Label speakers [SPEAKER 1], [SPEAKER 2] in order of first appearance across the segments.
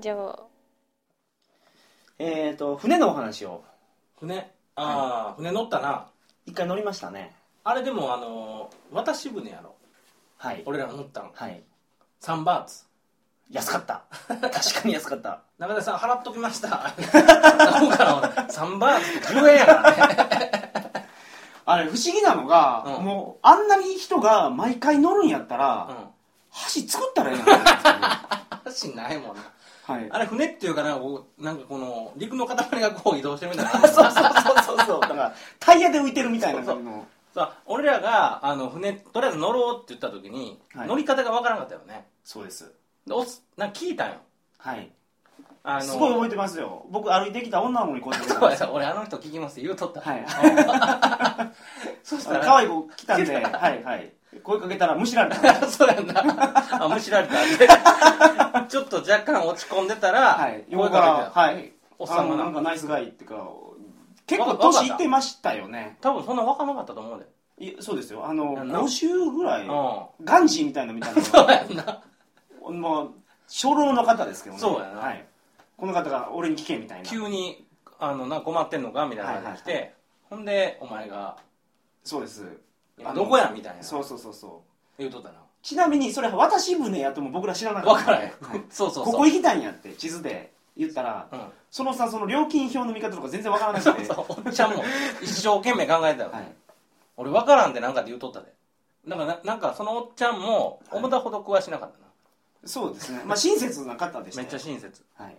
[SPEAKER 1] じゃあ
[SPEAKER 2] えーと船のお話を
[SPEAKER 3] 船ああ、船乗ったな
[SPEAKER 2] 一回乗りましたね
[SPEAKER 3] あれでもあのー渡し船やろ
[SPEAKER 2] はい
[SPEAKER 3] 俺ら乗ったん
[SPEAKER 2] はい
[SPEAKER 3] サンバーツ
[SPEAKER 2] 安かった確かに安かった
[SPEAKER 3] 中田さん払っときまし たなんかなサンバーツって10円やからね
[SPEAKER 2] あれ不思議なのが、
[SPEAKER 3] うん
[SPEAKER 2] もうあんなに人が毎回乗るんやったら、
[SPEAKER 3] うん
[SPEAKER 2] 橋作ったらええなと思うんですけど
[SPEAKER 3] 箸ないもんな
[SPEAKER 2] はい
[SPEAKER 3] あれ船っていうかなこうなんかこの陸の塊がこう移動してるみたいな
[SPEAKER 2] そうそうそうそうそうだからタイヤで浮いてるみたいな感じの
[SPEAKER 3] そう俺らがあの船とりあえず乗ろうって言った時に、
[SPEAKER 2] はい
[SPEAKER 3] 乗り方がわからなかったよね
[SPEAKER 2] そうです
[SPEAKER 3] でおっなんか聞いたんよ
[SPEAKER 2] はい
[SPEAKER 3] あの
[SPEAKER 2] すごい覚えてますよ僕歩いてきた女の子にこうやって
[SPEAKER 3] そうや俺あの人聞きますって言うとった、
[SPEAKER 2] はい
[SPEAKER 3] そしたら
[SPEAKER 2] 可愛い子来たんではいはい声かけたらむしられた
[SPEAKER 3] そうやん なあむしられたちょっと若干落ち込んでたら、
[SPEAKER 2] はい
[SPEAKER 3] 声
[SPEAKER 2] 横
[SPEAKER 3] か
[SPEAKER 2] か
[SPEAKER 3] け
[SPEAKER 2] ら
[SPEAKER 3] たよ
[SPEAKER 2] はい
[SPEAKER 3] おっさんが
[SPEAKER 2] あ
[SPEAKER 3] な
[SPEAKER 2] のなんかナイスガイっていうか結構年いってましたよね
[SPEAKER 3] 多分そんな分かんなかったと思うで
[SPEAKER 2] いやそうですよあの
[SPEAKER 3] なんだ
[SPEAKER 2] 50ぐらい
[SPEAKER 3] うん
[SPEAKER 2] ガンジーみたいなみたいな
[SPEAKER 3] そうやんな
[SPEAKER 2] まあ初老の方ですけどね
[SPEAKER 3] そうやな
[SPEAKER 2] はい、この方が俺に聞けみたいな
[SPEAKER 3] 急にあのな困ってんのかみたいな感じで来て、
[SPEAKER 2] はい
[SPEAKER 3] ほんでお前が
[SPEAKER 2] そうです
[SPEAKER 3] 「今どこや?」みたいな
[SPEAKER 2] そうそうそうそう
[SPEAKER 3] 言うとったな
[SPEAKER 2] ちなみにそれは私船やとも僕ら知らなかっ
[SPEAKER 3] 分
[SPEAKER 2] た
[SPEAKER 3] からへん、
[SPEAKER 2] はい
[SPEAKER 3] そうそうそ
[SPEAKER 2] こ
[SPEAKER 3] う
[SPEAKER 2] こ行きたいんやって地図で言ったら、
[SPEAKER 3] うん
[SPEAKER 2] そのさその料金表の見方とか全然わからな
[SPEAKER 3] そ
[SPEAKER 2] く
[SPEAKER 3] う
[SPEAKER 2] て
[SPEAKER 3] そうおっちゃんも一生懸命考えたよ、
[SPEAKER 2] はい
[SPEAKER 3] 俺分からんでなんかって言うとったでだからななんかそのおっちゃんも
[SPEAKER 2] はい
[SPEAKER 3] 思ったほど詳しなかったな、
[SPEAKER 2] そうですねまあ親切な方でしたよ
[SPEAKER 3] めっちゃ親切
[SPEAKER 2] はい、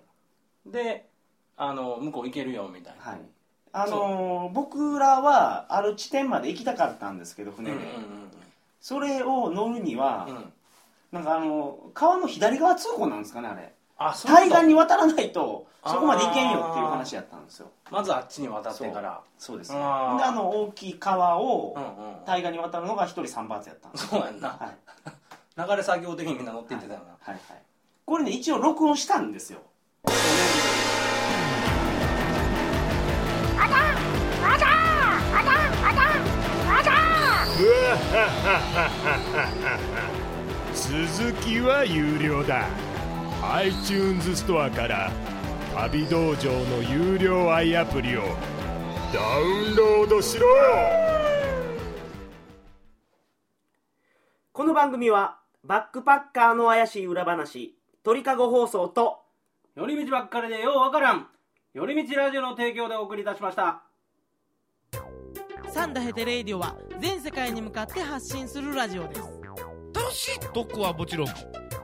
[SPEAKER 3] であの向こう行けるよみたいな、
[SPEAKER 2] はい、あのー僕らはある地点まで行きたかったんですけど船で、それを乗るには、
[SPEAKER 3] うんうんうんうん
[SPEAKER 2] なんかあの川の左側通行なんですかねあれ
[SPEAKER 3] あそういう
[SPEAKER 2] 対
[SPEAKER 3] こと
[SPEAKER 2] 岸に渡らないとそこまで行けんよっていう話やったんですよ
[SPEAKER 3] まずあっちに渡ってから
[SPEAKER 2] そうです
[SPEAKER 3] あ
[SPEAKER 2] で
[SPEAKER 3] ー
[SPEAKER 2] あの大きい川
[SPEAKER 3] う
[SPEAKER 2] を
[SPEAKER 3] んうん
[SPEAKER 2] 対岸に渡るのが一人三発やったんです
[SPEAKER 3] そうやんな、
[SPEAKER 2] はい
[SPEAKER 3] 流れ作業的にみんな乗っていってたよな、
[SPEAKER 2] はいはいこれね一応録音したんですよ
[SPEAKER 4] 続きは有料だ iTunes ストアから旅道場の有料 i アプリをダウンロードしろ
[SPEAKER 5] この番組はバックパッカーの怪しい裏話鳥かご放送と
[SPEAKER 3] 寄り道ばっかりでようわからん寄り道ラジオの提供でお送りいたしました
[SPEAKER 6] サンダヘテレイディオは全世界に向かって発信するラジオです
[SPEAKER 7] 楽しい特区はもちろん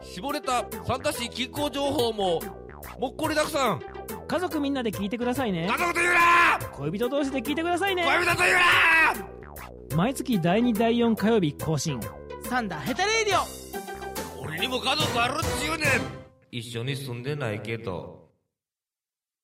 [SPEAKER 7] 絞れたサンタシー気候情報ももっこりたくさん
[SPEAKER 8] 家族みんなで聞いてくださいね
[SPEAKER 7] 家族と言うな
[SPEAKER 8] 恋人同士で聞いてくださいね
[SPEAKER 7] 恋人と言うな
[SPEAKER 8] 毎月第2第4火曜日更新
[SPEAKER 6] サンダヘテレイディオ
[SPEAKER 7] 俺にも家族あるっちゅうねん一緒に住んでないけど